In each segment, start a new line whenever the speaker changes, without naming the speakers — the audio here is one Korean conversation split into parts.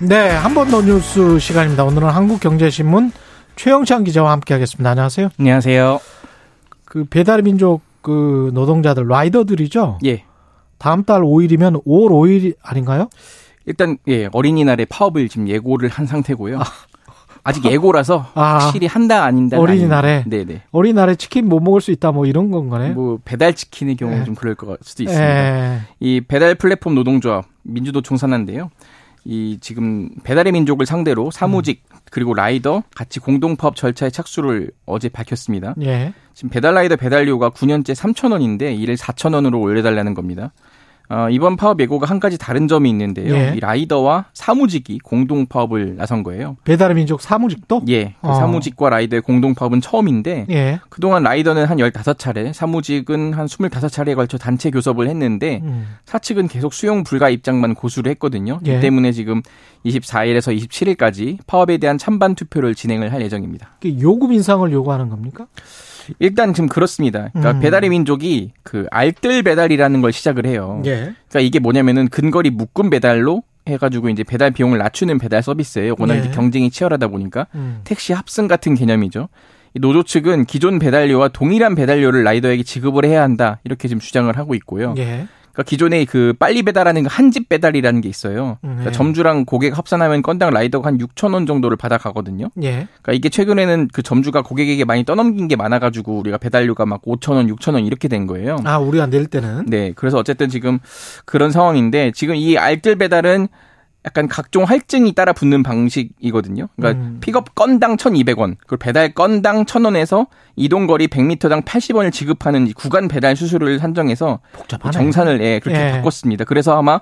네, 한 번 더 뉴스 시간입니다. 오늘은 한국경제신문 최영찬 기자와 함께하겠습니다. 안녕하세요.
안녕하세요.
그 배달민족 그 노동자들 라이더들이죠.
예.
다음 달 5일이면 5월 5일 아닌가요?
일단 예, 어린이날에 파업을 지금 예고를 한 상태고요. 아. 직 예고라서
아.
확실히 한다 아닌다
어린이날에?
네, 네.
어린이날에 치킨 못 먹을 수 있다 뭐 이런 건가요?
뭐 배달 치킨의 경우
예.
는좀 그럴 것 수도 있습니다.
네.
이 배달 플랫폼 노동조합 민주노총 산하인데요. 이 지금 배달의 민족을 상대로 사무직
음.
그리고 라이더 같이 공동파업 절차에 착수를 어제 밝혔습니다.
예. 예.
지금 배달라이더 배달료가 9년째 3,000원인데 이를 4,000원으로 올려달라는 겁니다. 어, 이번 파업 예고가 한 가지 다른 점이 있는데요.
예.
이 라이더와 사무직이 공동 파업을 나선 거예요.
배달의 민족 사무직도?
예. 그
어.
사무직과 라이더의 공동 파업은 처음인데
예.
그동안 라이더는 한 15차례, 사무직은 한 25차례에 걸쳐 단체 교섭을 했는데
음.
사측은 계속 수용 불가 입장만 고수를 했거든요.
예.
이 때문에 지금 24일에서 27일까지 파업에 대한 찬반 투표를 진행을 할 예정입니다.
그 요금 인상을 요구하는 겁니까?
일단 지금 그렇습니다. 그러니까
음.
배달의 민족이 그 알뜰 배달이라는 걸 시작을 해요.
예.
그러니까 이게 뭐냐면은 근거리 묶음 배달로 해가지고 이제 배달 비용을 낮추는 배달 서비스예요. 워낙
예.
이제 경쟁이 치열하다 보니까
음.
택시 합승 같은 개념이죠. 이 노조 측은 기존 배달료와 동일한 배달료를 라이더에게 지급을 해야 한다 이렇게 지금 주장을 하고 있고요.
예.
그러니까 기존에 그 빨리 배달하는 한 집 배달이라는 게 있어요. 그러니까
네.
점주랑 고객 합산하면 건당 라이더가 한 6천 원 정도를 받아가거든요.
예.
그러니까 이게 최근에는 그 점주가 고객에게 많이 떠넘긴 게 많아가지고 우리가 배달료가 막 5천 원, 6천 원 이렇게 된 거예요.
아, 우리가 낼 때는
네, 그래서 어쨌든 지금 그런 상황인데 지금 이 알뜰 배달은 약간 각종 할증이 따라 붙는 방식이거든요. 그러니까
음.
픽업 건당 1,200원, 그리고 배달 건당 1,000원에서 이동 거리 100m당 80원을 지급하는 이 구간 배달 수수료를 산정해서
복잡하네.
뭐 정산을 예, 그렇게
예.
바꿨습니다. 그래서 아마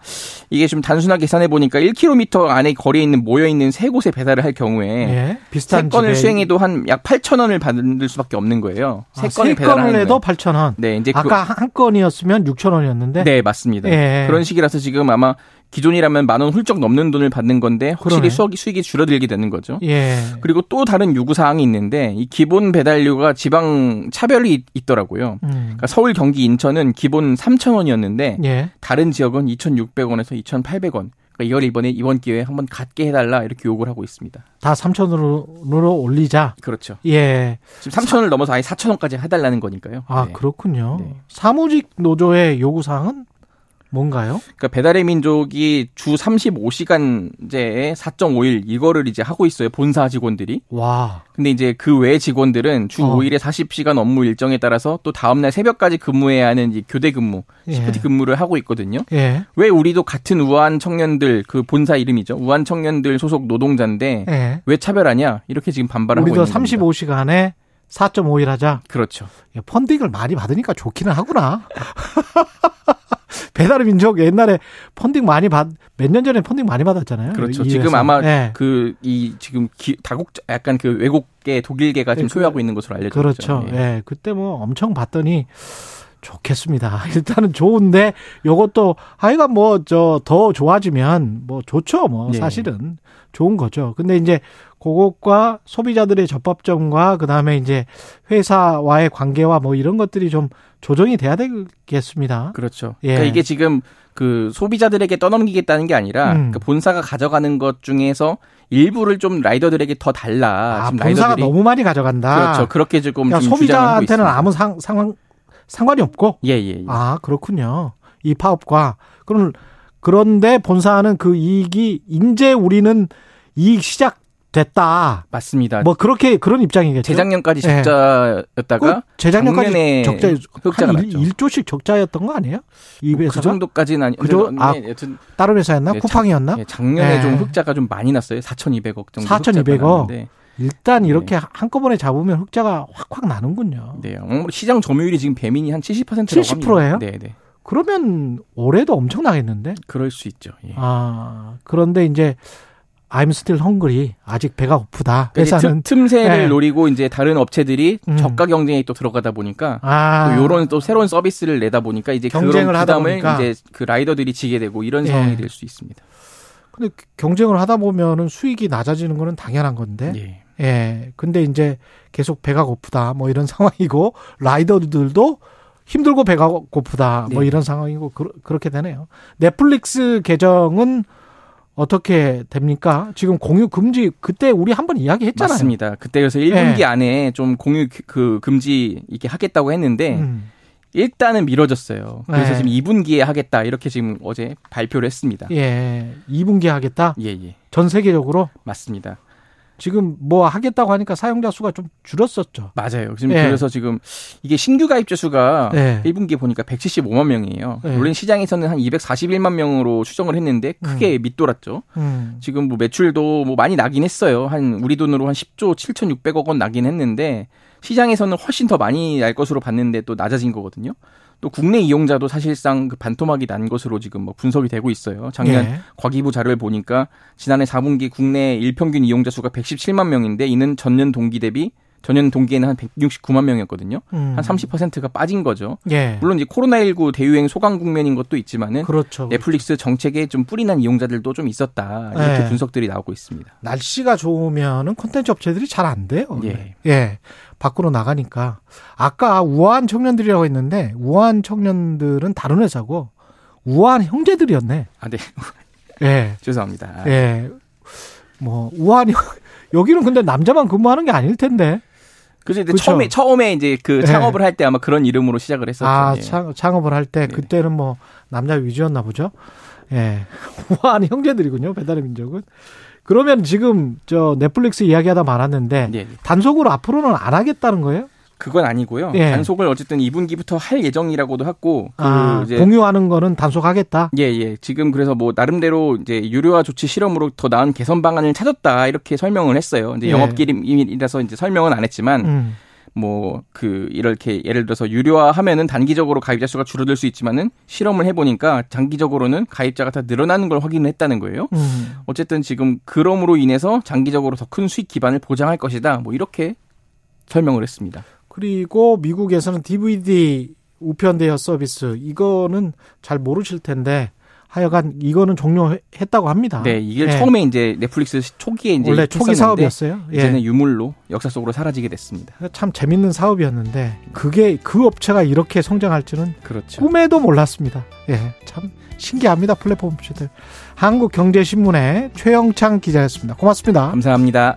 이게 좀 단순하게 계산해 보니까 1km 안에 거리에 있는 모여 있는 세 곳에 배달을 할 경우에
예.
세
비슷한
건을
집에
수행해도 한 약 8천 원을 받을 수밖에 없는 거예요. 세
아,
건을
세
배달하는
건을
거예요.
해도 8,000원.
네, 이제 그-
아까 한 건이었으면 6,000원이었는데
네 맞습니다.
예.
그런 식이라서 지금 아마 기존이라면 만 원 훌쩍 넘는 돈을 받는 건데
그러네.
확실히 수익이, 수익이 줄어들게 되는 거죠.
예.
그리고 또 다른 요구 사항이 있는데 이 기본 배달료가 지방 차별이 있- 있더라고요.
음.
그러니까 서울, 경기, 인천은 기본 3,000원이었는데
예.
다른 지역은 2,600원에서 2,800원. 그러니까 이걸 이번에 이번 기회에 한번 갖게 해달라 이렇게 요구를 하고 있습니다.
다 3,000원으로 올리자.
그렇죠.
예.
지금 3,000원을 넘어서 아예 4,000원까지 해달라는 거니까요.
아,
네.
그렇군요.
네.
사무직 노조의 요구 사항은 뭔가요?
그러니까 배달의 민족이 주 35시간제에 4.5일 이거를 이제 하고 있어요. 본사 직원들이.
와.
근데 이제 그 외 직원들은 주
어.
5일에 40시간 업무 일정에 따라서 또 다음 날 새벽까지 근무해야 하는 이 교대 근무,
예.
시프트 근무를 하고 있거든요.
예.
왜 우리도 같은 우한 청년들 그 본사 이름이죠. 우한 청년들 소속 노동자인데
예.
왜 차별하냐? 이렇게 지금 반발을 하고
우리도
있는
35시간에 4.5일 하자.
겁니다. 그렇죠.
야, 펀딩을 많이 받으니까 좋기는 하구나. 배달의 민족 옛날에 펀딩 많이 받, 몇 년 전에 펀딩 많이 받았잖아요.
그렇죠.
이
지금
회사.
아마
예.
그 이 지금 기- 다국적 약간 그 외국계 독일계가 지금
그-
소유하고 있는 것으로 알려져 있죠.
그렇죠. 예. 그때 뭐 엄청 봤더니 좋겠습니다. 일단은 좋은데 요것도 하여간 뭐 저 더 좋아지면 뭐 좋죠. 뭐
네.
사실은 좋은 거죠. 근데 이제 그것과 소비자들의 접합점과 그다음에 이제 회사와의 관계와 뭐 이런 것들이 좀 조정이 돼야 되겠습니다.
그렇죠.
예.
그러니까 이게 지금 그 소비자들에게 떠넘기겠다는 게 아니라
음.
그 본사가 가져가는 것 중에서 일부를 좀 라이더들에게 더 달라.
아,
지금
본사가
라이더들이
너무 많이 가져간다.
그렇죠. 그렇게 지금
그러니까
지금 주장을 하고
소비자한테는
있습니다.
아무 상, 상황 상관이 없고
예, 예, 예.
아, 그렇군요. 이 파업과. 그럼, 그런데 본사는 그 이익이, 이제 우리는 이익 시작됐다.
맞습니다.
뭐, 그렇게, 그런 입장이겠죠.
재작년까지
예.
적자였다가
그 재작년까지
작년에
적자,
흑자가
한
났죠.
1, 조씩 적자였던 거 아니에요? 이
그
회사가?
정도까지는 아니.
그 정- 아,
여튼
다른 회사였나?
네,
쿠팡이었나?
예, 작년에
예.
좀 흑자가 좀 많이 났어요. 4,200억 정도.
4,200억?
흑자가 났는데.
일단
네.
이렇게 한꺼번에 잡으면 흑자가 확확 나는군요.
네. 아무래도 시장 점유율이 지금 배민이 한 70%라고 합니다.
70% 예요?
네, 네.
그러면 올해도 엄청나겠는데?
그럴 수 있죠. 예.
아, 그런데 이제 I'm still hungry. 아직 배가 고프다.
그러니까 이제
회사는
틈, 새를
네.
노리고 이제 다른 업체들이
음.
저가 경쟁에 또 들어가다 보니까
아,
또그 요런 또 새로운 서비스를 내다 보니까 이제
경쟁을
그런
하다
부담을
보니까.
이제 그 라이더들이 지게 되고 이런
예.
상황이 될 수 있습니다.
근데 경쟁을 하다 보면은 수익이 낮아지는 거는 당연한 건데.
예.
예. 근데 이제 계속 배가 고프다. 뭐 이런 상황이고 라이더들도 힘들고 배가 고- 고프다. 뭐
네.
이런 상황이고 그, 그렇게 되네요. 넷플릭스 계정은 어떻게 됩니까? 지금 공유 금지 그때 우리 한번 이야기했잖아요.
맞습니다. 그때 그래서
예.
1분기 안에 좀 공유 그- 그 금지 이렇게 하겠다고 했는데
음.
일단은 미뤄졌어요. 그래서
네.
지금 2분기에 하겠다 이렇게 지금 어제 발표를 했습니다.
예. 2분기 하겠다.
예, 예.
전 세계적으로
맞습니다.
지금 뭐 하겠다고 하니까 사용자 수가 좀 줄었었죠.
맞아요. 지금
예.
그래서 지금 이게 신규 가입자 수가
예.
1분기 보니까 175만 명이에요.
예.
물론 시장에서는 한 241만 명으로 추정을 했는데 크게 밑돌았죠.
음.
지금 뭐 매출도 뭐 많이 나긴 했어요. 한 우리 돈으로 한 10조 7,600억 원 나긴 했는데 시장에서는 훨씬 더 많이 날 것으로 봤는데 또 낮아진 거거든요. 또 국내 이용자도 사실상 그 반토막이 난 것으로 지금 뭐 분석이 되고 있어요. 작년
예.
과기부 자료를 보니까 지난해 4분기 국내 일평균 이용자 수가 117만 명인데 이는 전년 동기 대비 전년 동기에는 한 169만 명이었거든요.
음.
한 30%가 빠진 거죠.
예.
물론 이제 코로나19 대유행 소강 국면인 것도 있지만은
그렇죠.
넷플릭스 정책에 좀 뿌리난 이용자들도 좀 있었다 이렇게
네.
분석들이 나오고 있습니다.
날씨가 좋으면은 콘텐츠 업체들이 잘 안 돼요.
예.
예. 밖으로 나가니까. 아까 우아한 청년들이라고 했는데 우아한 청년들은 다른 회사고 우아한 형제들이었네.
아, 네
예.
죄송합니다. 아,
예. 뭐 우아한 형- 여기는 근데 남자만 근무하는 게 아닐 텐데.
그래서 이제
그쵸.
처음에 처음에 이제 그
그렇죠. 네.
창업을 할 때 아마 그런 이름으로 시작을 했었죠.
아,
예.
창, 창업을 할 때
네네.
그때는 뭐 남자 위주였나 보죠. 예. 우아한 형제들이군요. 배달의 민족은. 그러면 지금 저 넷플릭스 이야기하다 말았는데
예, 예.
단속으로 앞으로는 안 하겠다는 거예요?
그건 아니고요.
예.
단속을 어쨌든 2분기부터 할 예정이라고도 했고 그
아,
이제
공유하는 거는 단속하겠다.
예, 예. 지금 그래서 뭐 나름대로 이제 유료화 조치 실험으로 더 나은 개선 방안을 찾았다 이렇게 설명을 했어요. 이제
예.
영업기밀이라서 이제 설명은 안 했지만
음.
뭐 그 이렇게 예를 들어서 유료화하면은 단기적으로 가입자 수가 줄어들 수 있지만은 실험을 해보니까 장기적으로는 가입자가 다 늘어나는 걸 확인을 했다는 거예요.
음.
어쨌든 지금 그럼으로 인해서 장기적으로 더 큰 수익 기반을 보장할 것이다. 뭐 이렇게 설명을 했습니다.
그리고 미국에서는 DVD 우편 대여 서비스 이거는 잘 모르실 텐데 하여간 이거는 종료했다고 합니다.
네, 이게
예.
처음에 이제 넷플릭스 초기에 이제
원래 초기
했었는데
사업이었어요. 예.
이제는 유물로 역사 속으로 사라지게 됐습니다.
참 재밌는 사업이었는데 그게 그 업체가 이렇게 성장할 줄은
그렇죠.
꿈에도 몰랐습니다. 예, 참 신기합니다 플랫폼 업체들. 한국경제신문의 최영창 기자였습니다. 고맙습니다.
감사합니다.